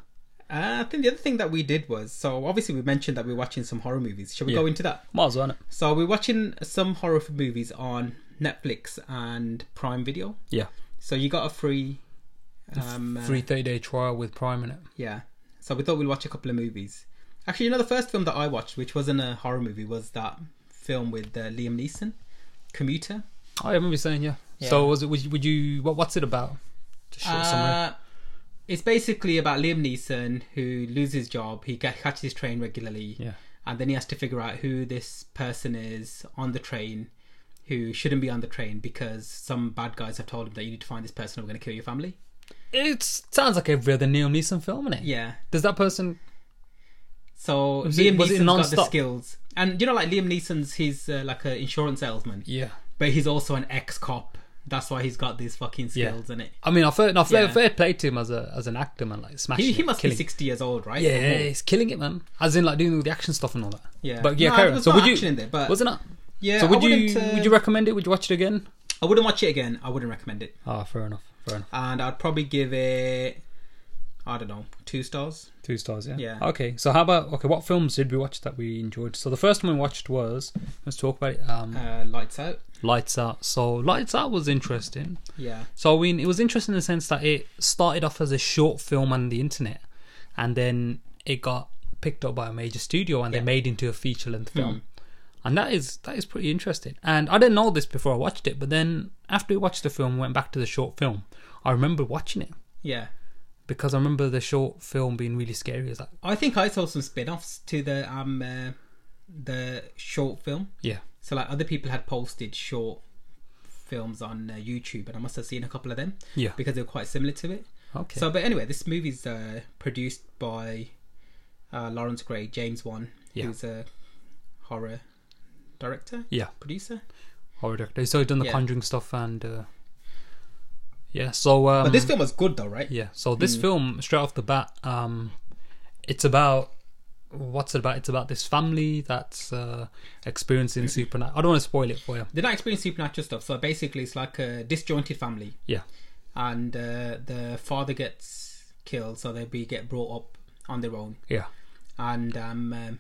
Uh, I think the other thing that we did was so obviously we mentioned that we we're watching some horror movies. Shall we Yeah. go into that? Might as well. Innit? So we're watching some horror f- movies on Netflix and Prime Video. Yeah. So you got a free, um, uh, Free thirty day trial with Prime in it. yeah. So we thought we'd watch a couple of movies. Actually, you know the first film that I watched, which wasn't a horror movie, was that film with uh, Liam Neeson, Commuter. Oh, yeah, maybe saying yeah. So was it? Would you? Would you what, what's it about? Just short summary. Uh, it's basically about Liam Neeson who loses his job. He ca- catches his train regularly, Yeah. and then he has to figure out who this person is on the train, who shouldn't be on the train because some bad guys have told him that you need to find this person or we're going to kill your family. It sounds like every other Liam Neeson film, innit? Yeah. Does that person? So Was it- Liam was it Neeson's got the non-stop? skills, and you know, like Liam Neeson's, he's uh, like an insurance salesman, Yeah. but he's also an ex-cop. That's why he's got these fucking Yeah. skills in it. I mean, I've heard, I've heard, Yeah. fair play to him as a as an actor, man. Like smashing. He, he it, must killing be it. sixty years old, right? Yeah, Or more. he's killing it, man. As in, like doing all the action stuff and all that. Yeah. But yeah, No, carry on. there's So no would you? action in there, but- wasn't it? Yeah, So I would you? wouldn't, uh, Would you recommend it? Would you watch it again? I wouldn't watch it again. I wouldn't recommend it. Ah, fair enough. Fair enough. And I'd probably give it, I don't know, two stars. Two stars, yeah. Yeah. Okay. So how about okay? What films did we watch that we enjoyed? So the first one we watched was let's talk about it. Um, Uh, lights out. Lights Out. So Lights Out was interesting. Yeah. So I mean, it was interesting in the sense that it started off as a short film on the internet, and then it got picked up by a major studio and Yeah. Hmm. they made into a feature length film. And that is that is pretty interesting. And I didn't know this before I watched it, but then after we watched the film, went back to the short film. I remember watching it Yeah. because I remember the short film being really scary. It's like, I think I saw some spin-offs to the um uh, the short film. yeah, So like other people had posted short films on uh, YouTube, and I must have seen a couple of them yeah, because they were quite similar to it. okay, So, but anyway, this movie's uh, produced by uh, Lawrence Gray, James Wan, Yeah. who's a horror director, yeah, producer. horror director. So he's done the Yeah. Conjuring stuff and uh, yeah. So um, But this film was good though, right? Yeah. So Mm. this film, straight off the bat, um, it's about what's it about? It's about this family that's uh, experiencing supernatural. I don't want to spoil it for you. They're not experiencing supernatural stuff, so basically it's like a disjointed family, Yeah. and uh, the father gets killed, so they be get brought up on their own, Yeah. and um, um,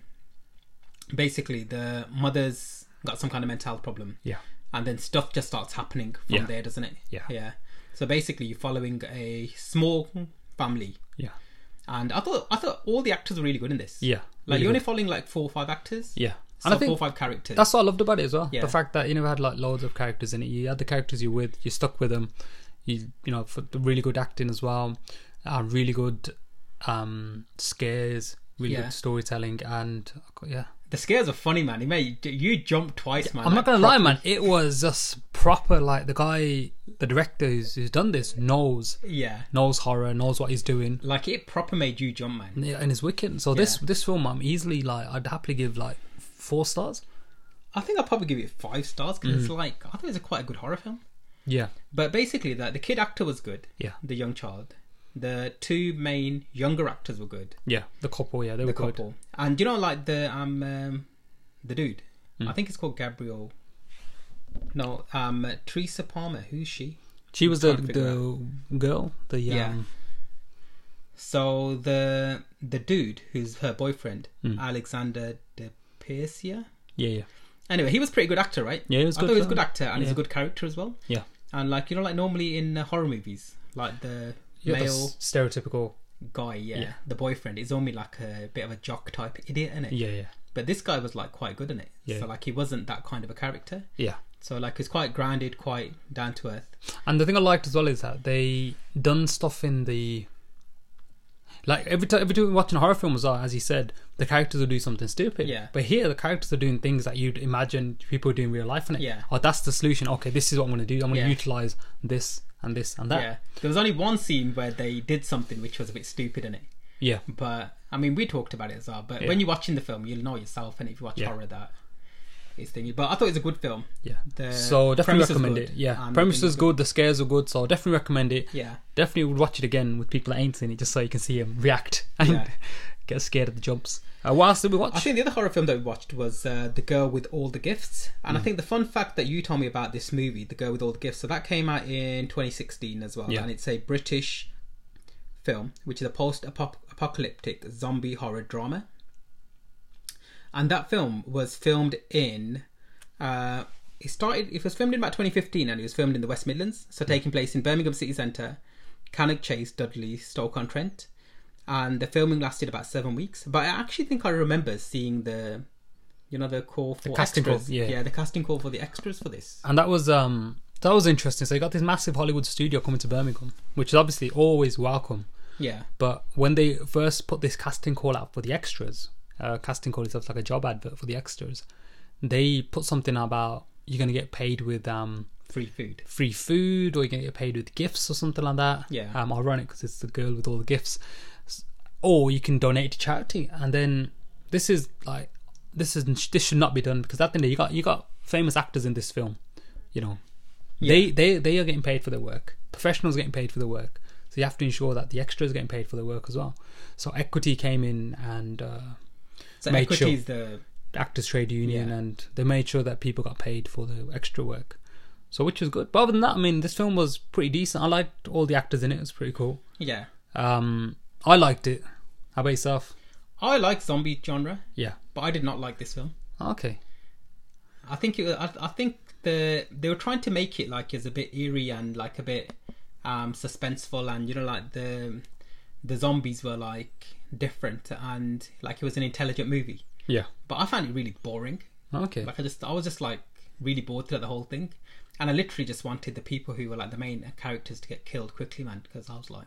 basically the mother's got some kind of mental problem, Yeah. and then stuff just starts happening from Yeah. there, doesn't it? Yeah. yeah. So basically, you're following a small family, Yeah. and I thought I thought all the actors were really good in this. Yeah. Like Really you're good. only following like four or five actors. Yeah. So And I four or think five characters. that's what I loved about it as well. Yeah. The fact that you never had like loads of characters in it. You had the characters you're with, you stuck with them. You you know, for the really good acting as well. Uh, really good um scares, really Yeah. good storytelling and yeah. the scares are funny, man. You may you jump twice, man. I'm not like, gonna proper- lie, man. It was just proper. Like the guy, the director who's, who's done this knows Yeah, knows horror, knows what he's doing, like it proper made you jump, man. and it- and is wicked. So this this film, I'm easily like, I'd happily give like four stars. I think I'll probably give it five stars because it's like I think it's a quite a good horror film. Yeah, But basically, that the kid actor was good. Yeah. the young child. The two main younger actors were good. yeah. The couple, yeah, they were The good. couple, and you know, like the um, um the dude. I think it's called Gabriel. No, um, Teresa Palmer. Who's she? She was the Trying to figure the girl, the Yeah. um, So the the dude who's her boyfriend, Alexander De Persia. yeah, yeah, Anyway, he was a pretty good actor, right? Yeah, he was I good thought he was a film. good actor, and he's Yeah. a good character as well. yeah. And like you know, like normally in uh, horror movies, like the You got the male s- stereotypical. guy, yeah, Yeah. the boyfriend is only like a bit of a jock type idiot, innit? Yeah, yeah, But this guy was like quite good in it. Yeah. So like he wasn't that kind of a character. yeah. So like he's quite grounded, quite down to earth. And the thing I liked as well is that they done stuff in the like every time every time we're watching horror films are, as you said, the characters will do something stupid. Yeah. But here the characters are doing things that you'd imagine people do in real life and it. Yeah. Oh that's the solution. Okay, this is what I'm gonna do. I'm gonna Yeah. utilise this and this and Yeah. that. There was only one scene where they did something which was a bit stupid in it. Yeah. But I mean, we talked about it as well. But Yeah. when you're watching the film, you'll know yourself, and if you watch Yeah. horror, that is thingy. But I thought it was a good film. Yeah. The so premise definitely is recommend good, it. Yeah. and Premise everything is is good, the scares are good, so definitely recommend it. Yeah, Definitely would watch it again with people that ain't seen it just so you can see him react and Yeah. get scared at the jumps. Uh, what else did we watch? I think the other horror film that we watched was uh, The Girl with All the Gifts, and Mm. I think the fun fact that you told me about this movie, The Girl with All the Gifts, so that came out in 2016 as well, Yeah. and it's a British film, which is a post-apocalyptic zombie horror drama, and that film was filmed in. Uh, it started. It was filmed in about 2015, and it was filmed in the West Midlands, so taking place in Birmingham City Centre, Cannock Chase, Dudley, Stoke-on-Trent, and the filming lasted about seven weeks. But I actually think I remember seeing the, you know, the call for casting call, extras. yeah. yeah, the casting call for the extras for this. and that was um that was interesting. So you got this massive Hollywood studio coming to Birmingham, which is obviously always welcome. Yeah, But when they first put this casting call out for the extras, uh, casting call itself like a job advert for the extras, they put something about you're gonna get paid with um free food. free food or you're gonna get paid with gifts or something like that. Yeah. Um, ironic because it's the girl with all the gifts, S- or you can donate to charity. And then this is like this is this should not be done because at the end you got you got famous actors in this film, you know. They they they are getting paid for their work. Professionals are getting paid for their work. So you have to ensure that the extras are getting paid for their work as well. So equity came in and. Uh, So Made equity sure. is the actors trade union Yeah. and they made sure that people got paid for the extra work so which was good but other than that i mean this film was pretty decent i liked all the actors in it it was pretty cool yeah. um i liked it how about yourself I like zombie genre, yeah but I did not like this film. okay I think it. I, I think the they were trying to make it like as a bit eerie and like a bit um suspenseful and you know like the the zombies were like different and like it was an intelligent movie. yeah But I found it really boring. okay Like I just I was just like really bored throughout the whole thing, and I literally just wanted the people who were like the main characters to get killed quickly, man, because I was like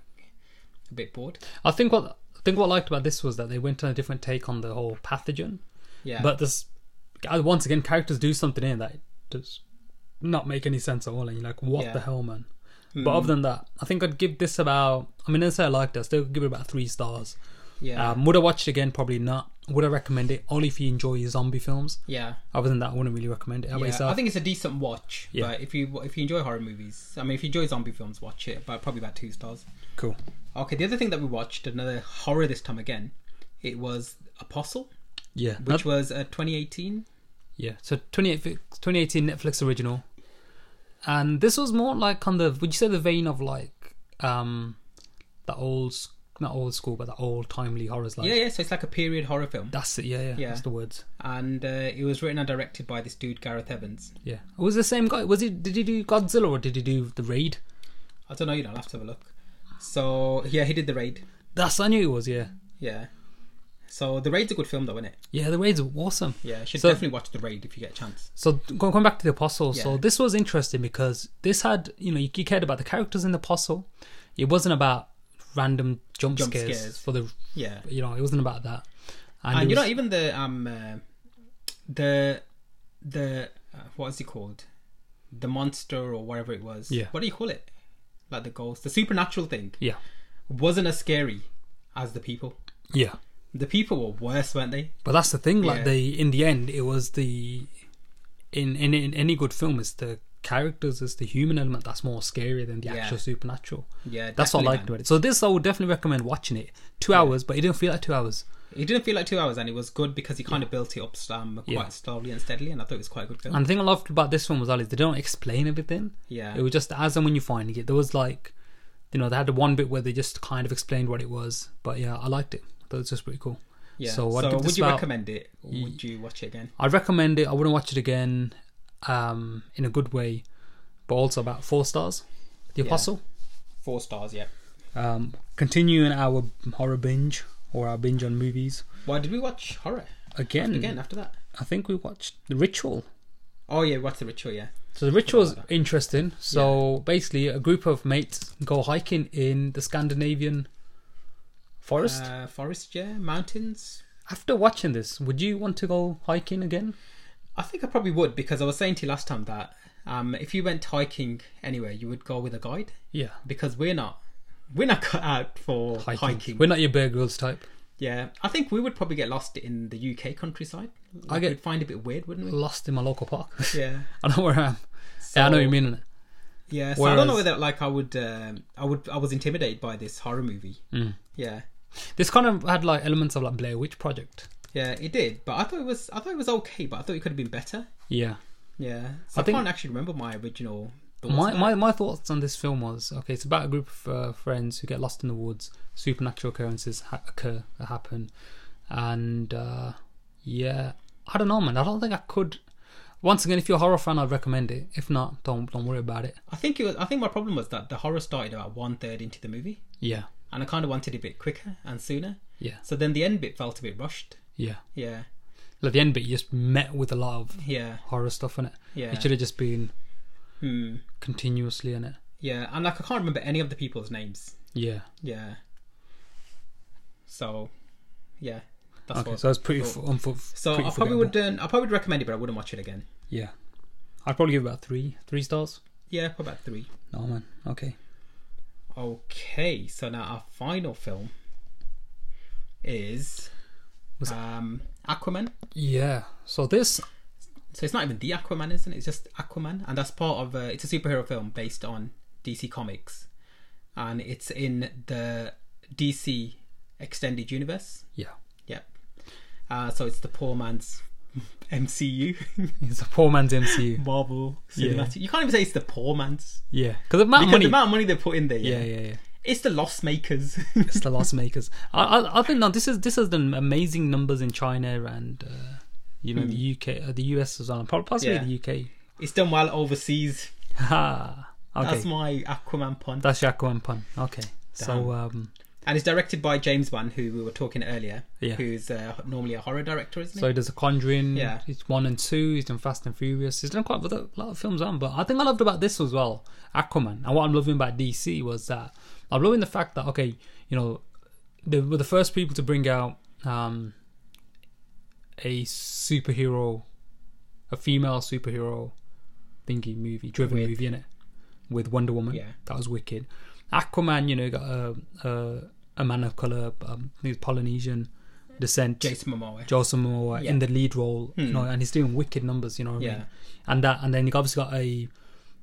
a bit bored. i think what i think what i liked about this was that they went on a different take on the whole pathogen Yeah. but this uh, once again characters do something in that does not make any sense at all and you're like what Yeah. Mm. the hell man but other than that i think i'd give this about i mean as i liked it i still give it about three stars yeah, Um, would I watch it again? Probably not. Would I recommend it? Only if you enjoy your zombie films. yeah. Other than that, I wouldn't really recommend it. How about Yeah, yourself? I think it's a decent watch. Yeah. But if you if you enjoy horror movies, I mean, if you enjoy zombie films, watch it. But probably about two stars. cool. Okay, the other thing that we watched, another horror this time again, it was Apostle, Yeah. which That- was uh, 2018. yeah. So 28 2018 Netflix original, and this was more like on the would you say the vein of like um the old s- not old school but the old timely horrors like Yeah, yeah. So it's like a period horror film, that's it yeah, yeah Yeah. that's the words and uh, it was written and directed by this dude Gareth Evans. yeah was the same guy was he did he do Godzilla or did he do the Raid I don't know. You know, I'll have to have a look. So yeah, he did the raid. that's I knew it was yeah Yeah. So the raid's a good film though, isn't it? Yeah, the raids were awesome. Yeah, you should So- definitely watch the raid if you get a chance. So go- going back to the apostle, so Yeah. this was interesting because this had you know you, you cared about the characters in the apostle. It wasn't about random jump, Jump scares, scares. for the Yeah, you know it wasn't about that. and, it you was- know even the um uh, the the uh, what is it called? The monster or whatever it was. Yeah. What do you call it? Like the ghost, the supernatural thing yeah, wasn't as scary as the people. yeah. The people were worse, weren't they? But that's the thing. Like Yeah. they in the end, it was the in in, in any good film, it's the characters, it's the human element that's more scary than the Yeah. actual supernatural. Yeah, That's what I definitely, liked man. about it. So this I would definitely recommend watching it. Two hours, but it didn't feel like two hours. It didn't feel like two hours, and it was good because he kind of built it up um, quite Yeah. slowly and steadily, and I thought it was quite a good film. And the thing I loved about this one was that they don't explain everything. Yeah. It was just as and when you're finding it. There was like, you know, they had the one bit where they just kind of explained what it was. But yeah, I liked it. I thought it was just pretty cool. yeah. So, So, what did would this you about- recommend it? Or would you watch it again? I'd recommend it. I wouldn't watch it again, um, in a good way, but also about four stars. The Apostle. Four stars, yeah. Um, continuing our horror binge or our binge on movies Why did we watch horror again. again after that? I think we watched The Ritual. Oh yeah, what's the ritual? Yeah, So the ritual's interesting. So basically, a group of mates go hiking in the Scandinavian forest. uh, forest, yeah, mountains. After watching this, would you want to go hiking again? I think I probably would because I was saying to you last time that um, if you went hiking anywhere, you would go with a guide Yeah, because we're not we're not cut out for hiking. hiking. We're not your Bear Grylls type. Yeah, I think we would probably get lost in the UK countryside. I I get- get would find it a bit weird, wouldn't we? Lost in my local park. Yeah, I know where I am. yeah, I know what you So- mean. yeah. So I don't know Whereas- whether like I would, um, I would, I was intimidated by this horror movie. Mm. Yeah, This kind of had like elements of like Blair Witch Project. yeah, it did. But I thought it was, I thought it was okay. But I thought it could have been better. Yeah. Yeah, so I I, think- can't actually remember my original. thoughts My, about it. my my thoughts on this film was okay. It's about a group of uh, friends who get lost in the woods. Supernatural occurrences ha- occur happen, and uh, yeah, I don't know, man. I don't think I could. Once again, if you're a horror fan, I'd recommend it. If not, don't don't worry about it. I think it was. I think my problem was that the horror started about one third into the movie, Yeah, and I kind of wanted it a bit quicker and sooner. yeah, So then the end bit felt a bit rushed. yeah. Yeah, Like the end bit, you just met with a lot of yeah, horror stuff in it. Yeah. it should have just been hmm, continuously in it. yeah. And like I can't remember any of the people's names. Yeah. Yeah. So, yeah, that's Okay, what. so it's pretty. cool. f unfor- so pretty I probably would. forgettable. Um, I probably would recommend it, but I wouldn't watch it again. Yeah, I'd probably give it about three three stars. Yeah, probably about three. No man. Okay. Okay, so now our final film is Was- um, Aquaman. Yeah. So this So it's not even the Aquaman, isn't it? It's just Aquaman, and that's part of. A, it's a superhero film based on DC Comics, and it's in the DC Extended Universe. Yeah, Yep. Uh, so it's the poor man's MCU, it's a poor man's MCU. Marvel Yeah. Cinematic. You can't even say it's the poor man's yeah, because the amount of because money. the amount of money they put in there. yeah, Yeah, yeah, yeah. it's the loss makers. It's the loss makers. I, I, I think no, this is this has done amazing numbers in China and uh, you know the UK, uh, the US as well, and prob- possibly Hmm. Yeah. the UK. it's done well overseas. Ha. okay, That's that's, my Aquaman pun. Aquaman pun. Okay, so Damn. um, and it's directed by James Wan, who we were talking earlier, Yeah. who's uh, normally a horror director, isn't he? so he does a Conjuring. Yeah. he's one and two. He's done Fast and Furious. He's done quite a lot- lot of films on. But I think I loved about this as well, Aquaman. And what I'm loving about DC was that I'm loving the fact that okay, you know, they were the first people to bring out um, a superhero, a female superhero thingy movie, driven With- movie in it with Wonder Woman. Yeah. that was wicked. Aquaman, you know, got a a, a man of color, um, he's Polynesian descent. Jason Momoa. Jason Momoa in the lead role, you know, and he's doing wicked numbers, you know what I Hmm. Yeah. mean? And that, and then you've obviously got a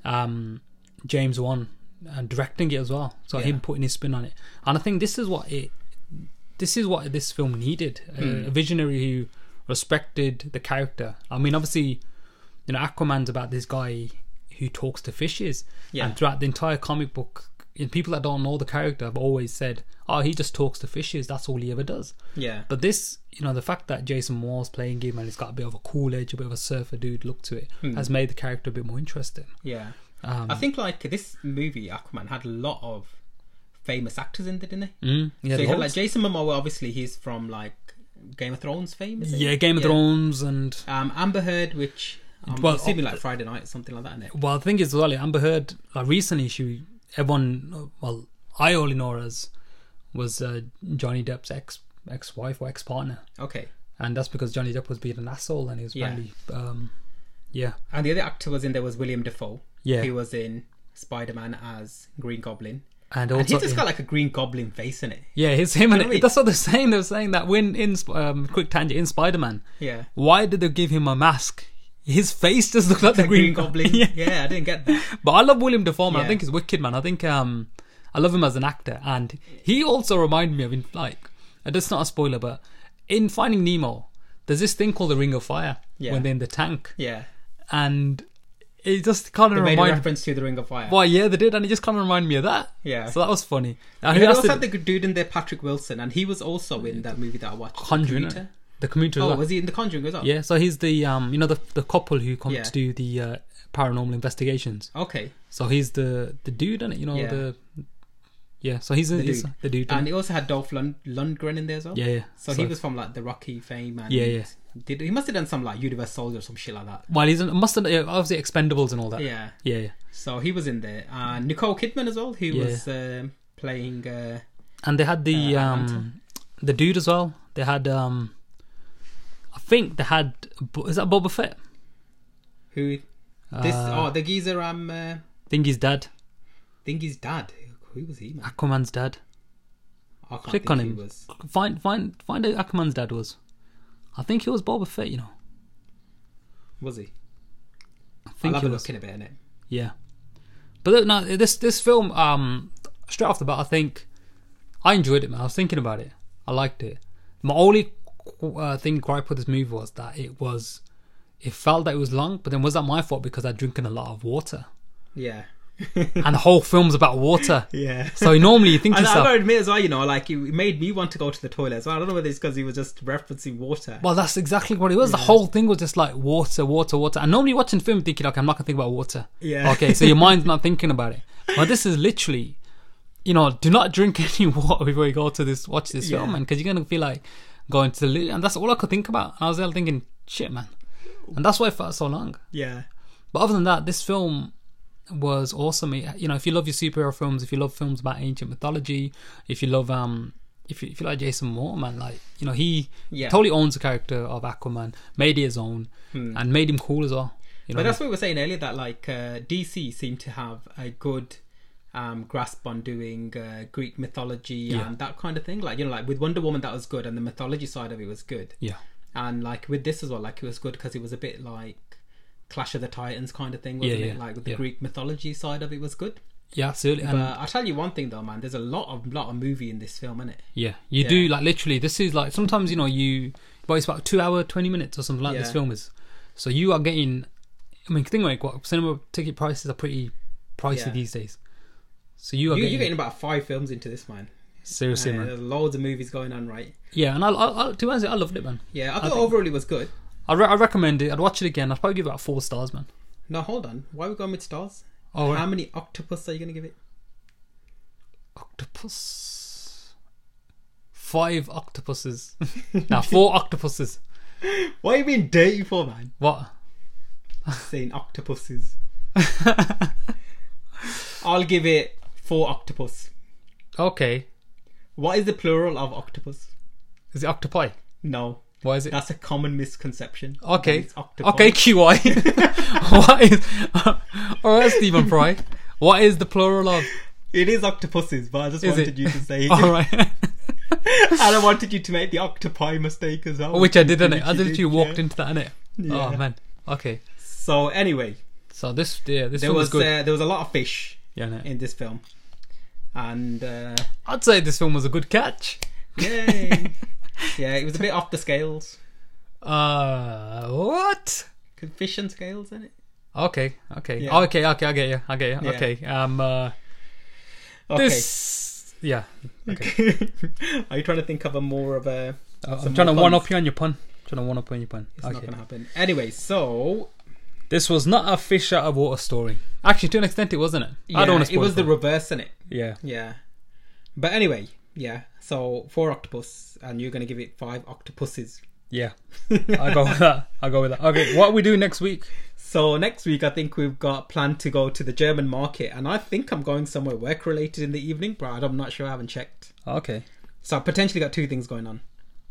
um, James Wan and directing it as well, so him putting his spin on it. And I think this is what it, this is what this film needed: a, Hmm. a visionary who respected the character. I mean, obviously, you know, Aquaman's about this guy who talks to fishes, Yeah. and throughout the entire comic book. And people that don't know the character have always said, "Oh, he just talks to fishes. That's all he ever does." yeah, But this, you know, the fact that Jason Moore's playing him and he's got a bit of a cool edge, a bit of a surfer dude look to it, Hmm. has made the character a bit more interesting. yeah. Um, I think like this movie Aquaman had a lot of famous actors in there, didn't it? Mm, yeah, so you had loads. like Jason Momoa. Obviously, he's from like Game of Thrones fame. is it? Yeah, Game of Thrones and Um, Amber Heard, which I'm Well, assuming oh, like Friday night, something like that, isn't it? Well, the thing is, well, Amber Heard, like recently, she, everyone, well, I only know her as was uh, Johnny Depp's ex ex wife or ex partner, Okay. and that's because Johnny Depp was being an asshole and he was Yeah. apparently, um, yeah, And the other actor was in there was William Defoe. Yeah. He was in Spider Man as Green Goblin. and And also he's just yeah, got like a Green Goblin face in it. yeah, it's him and know what I mean? that's what they're saying. They're saying that when in Sp- um, quick tangent in Spider Man, Yeah. why did they give him a mask? His face just looked like the The Green, Green, Goblin. yeah. yeah. I didn't get that. But I love William Defoe, man. I Yeah. think he's wicked, man. I think um, I love him as an actor, and he also reminded me of in like, and that's not a spoiler, but in Finding Nemo, there's this thing called the Ring of Fire Yeah. when they're in the tank, Yeah. and it just kind of Made a reminded. reference to the Ring of Fire. Well, yeah, they did, and it just kind of reminded me of that. Yeah. So that was funny. I They think that's also the had the good dude in there, Patrick Wilson, and he was also in that movie that I watched. Conjuring. Commuter. The commuter. as Oh, well. was he in The Conjuring as well? Yeah. So he's the um, you know, the the couple who come Yeah. to do the uh, paranormal investigations. Okay. So he's the the dude, and you know Yeah. the. Yeah, so he's the The dude. dude. The dude And he also had Dolph Lund- Lundgren in there as well. Yeah, yeah. So, he was from like the Rocky fame and Yeah, yeah. Did he must have done some like Universe Soldier or some shit like that. Well, he's in, must have yeah, obviously Expendables and all that. Yeah. yeah, yeah. So he was in there. And Nicole Kidman as well, who Yeah. was um, playing uh, And they had the Uh, um, the dude as well. They had um, I think they had Bo- is that Boba Fett? who this Uh, oh the geezer um uh, I think he's dad. think his dad. Who was he man? Aquaman's dad. I can't Click think on who him. was. Find find find out Aquaman's dad was. I think he was Boba Fett. You know, Was he? I I'll think have he a was. look in a bit innit? Yeah, but look, no, this this film um, straight off the bat, I think I enjoyed it, man. I was thinking about it. I liked it. My only uh, thing gripe with this movie was that it was, it felt that it was long, but then was that my fault because I'd drinking a lot of water, Yeah. and the whole film's about water. Yeah. So normally you think to And I gotta yourself, admit as well, you know, like it made me want to go to the toilet as well. I don't know whether it's because he was just referencing water. well, that's exactly what it was. The whole thing was just like water, water, water. And normally watching film, thinking, okay, I'm not gonna think about water. Yeah. Okay, so your mind's not thinking about it. But this is literally, you know, do not drink any water before you go to this watch this Yeah. film, man, because you're gonna feel like going to the loo. and that's all I could think about. And I was there thinking, shit, man, and that's why it felt so long. Yeah. But other than that, this film was awesome. It- You know, if you love your superhero films, if you love films about ancient mythology, if you love um, if you, if you like Jason Moore, man, like you know, he Yeah. totally owns the character of Aquaman, made it his own, and made him cool as well. You know, Hmm. But that's what we were saying earlier that like uh, DC seemed to have a good um, grasp on doing uh, Greek mythology and that kind of thing. Like you know, like with Wonder Woman that was good, and the mythology side of it was good. yeah, And like with this as well, like it was good because it was a bit like Clash of the Titans kind of thing, Yeah, wasn't it? yeah, Like with the yeah. Mm. Greek mythology side of it was good. yeah, absolutely. And, But I'll tell you one thing though, man. There's a lot of lot of movie in this film, isn't it? Yeah, you Yeah. do like literally. This is like sometimes you know you, but it's about two hour twenty minutes or something like this Yeah. film is. So you are getting. I mean, think about it. What cinema ticket prices are pretty pricey Yeah. these days. So you are You, getting, you're getting about five films into this, man. seriously, Uh, man. there's loads of movies going on, right? Yeah, and I, I, I, to be honest, I loved it, man. Yeah, I thought overall it was good. I, re- I recommend it. I'd watch it again. I'd probably give it about four stars, man. No, hold on. Why are we going with stars? Oh, How many octopus are you gonna give it? octopus. Five octopuses. now four octopuses. Why are you being dirty for, man? What? Saying octopuses. I'll give it four octopus. Okay. What is the plural of octopus? Is it octopi? No, Why is it? that's a common misconception. Okay. That it's octopi. Okay, QI. what is. Alright, Stephen Fry. What is the plural of. It is octopuses, but I just wanted it? you to say it. Alright. and I wanted you to make the octopi mistake as well. Which I did, innit? I you literally did, walked yeah. into that, innit? Oh, Yeah. man. Okay. So anyway, So this, yeah, this there film was was good. Uh, there was a lot of fish yeah, innit? in this film, and uh, I'd say this film was a good catch. yay, yeah, it was a bit off the scales. Uh, what? Could Fish and scales in it. Okay, okay. Yeah. Okay, okay, I get you. I get you. Yeah. Okay. Um, uh, Okay. this. Yeah. Okay. Are you trying to think of a more of a? Uh, I'm Some trying to more one puns. up you on your pun. trying to one up you on your pun. It's not okay. going to happen. Anyway, so This was not a fish out of water story. Actually, to an extent, it wasn't it. I Yeah, don't want to It spoil was it. the reverse in it. yeah. Yeah. But anyway, Yeah. So four octopus, and you're gonna give it five octopuses. Yeah, I'll go with that. I'll go with that. Okay, what we do next week? So next week, I think we've got planned to go to the German market, and I think I'm going somewhere work related in the evening, but I'm not sure. I haven't checked. Okay, So I potentially got two things going on.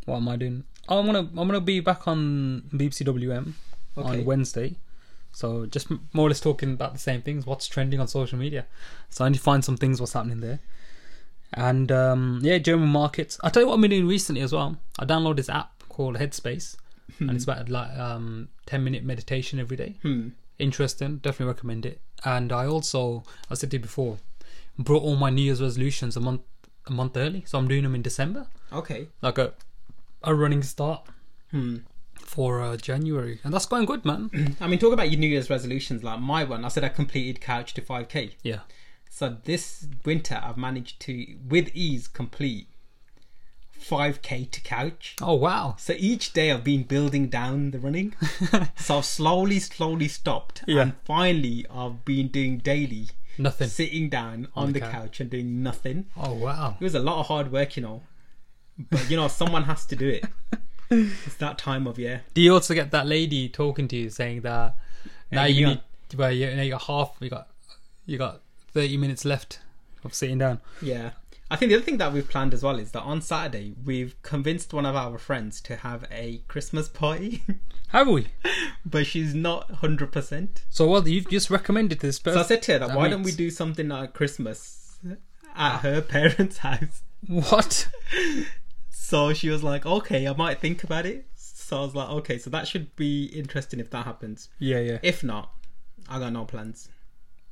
what am I doing? Oh, I'm gonna I'm gonna be back on BBC WM Okay. on Wednesday. So just m- more or less talking about the same things. What's trending on social media? So I need to find some things. What's happening there? And um, yeah, German markets. I tell you what I've been doing recently as well. I downloaded this app called Headspace, and it's about like um, ten minute meditation every day. Interesting. Definitely recommend it. And I also, I said to you before, brought all my New Year's resolutions a month a month early. So I'm doing them in December Okay. like a a running start Hmm. for uh, January, and that's going good, man. I mean, talk about your New Year's resolutions. Like my one, I said I completed Couch to 5K. yeah, So this winter, I've managed to, with ease, complete 5K to Couch. oh wow, So each day I've been building down the running. so I've slowly, slowly stopped. Yeah. And finally, I've been doing daily, nothing. sitting down on, the couch. and doing nothing. Oh wow, It was a lot of hard work, you know. But, you know, someone has to do it. It's that time of year. do you also get that lady talking to you saying that now give you me need well, you, now you got half, you got you got thirty minutes left of sitting down. Yeah. I think the other thing that we've planned as well is that on Saturday, we've convinced one of our friends to have a Christmas party, Have we? but she's not 100%. So what you've just recommended this So I person? said to her that, That why don't we means- Ah. do something like Christmas at her parents' house? what? So she was like, okay, I might think about it. So I was like, okay, so that should be interesting if that happens. Yeah, yeah. If not, I got no plans.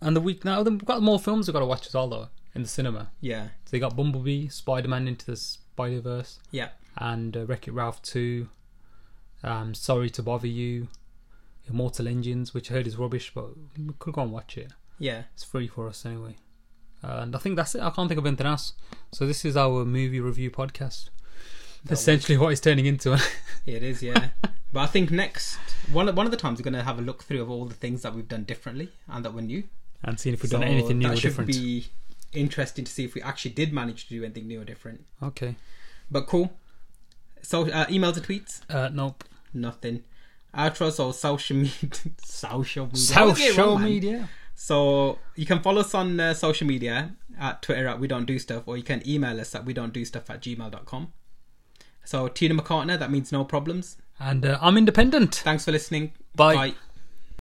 And the week now, then we've got more films we've got to watch as well though in the cinema. Yeah. So you got Bumblebee, Spider Man into the Spider Verse. Yeah. and uh, Wreck It Ralph 2, um, Sorry to Bother You, Immortal Engines, which I heard is rubbish, but we could go and watch it. Yeah. It's free for us anyway. Uh, and I think that's it. I can't think of anything else. So this is our movie review podcast. Essentially, what it's turning into. It is, yeah. but I think next, one, of- one of the times, we're going to have a look through of all the things that we've done differently and that were new. and seeing if we've So done anything new that or should different. be interesting to see if we actually did manage to do anything new or different. Okay. But cool. So uh, emails and tweets, Uh, nope. nothing. Outros or social media, social media. Always get it Social wrong, man. media. So you can follow us on uh, social media at Twitter at We Don't Do Stuff, or you can email us at We Don't Do Stuff at gmail.com. So Tina McCartner, that means no problems. And uh, I'm independent. Thanks for listening. Bye.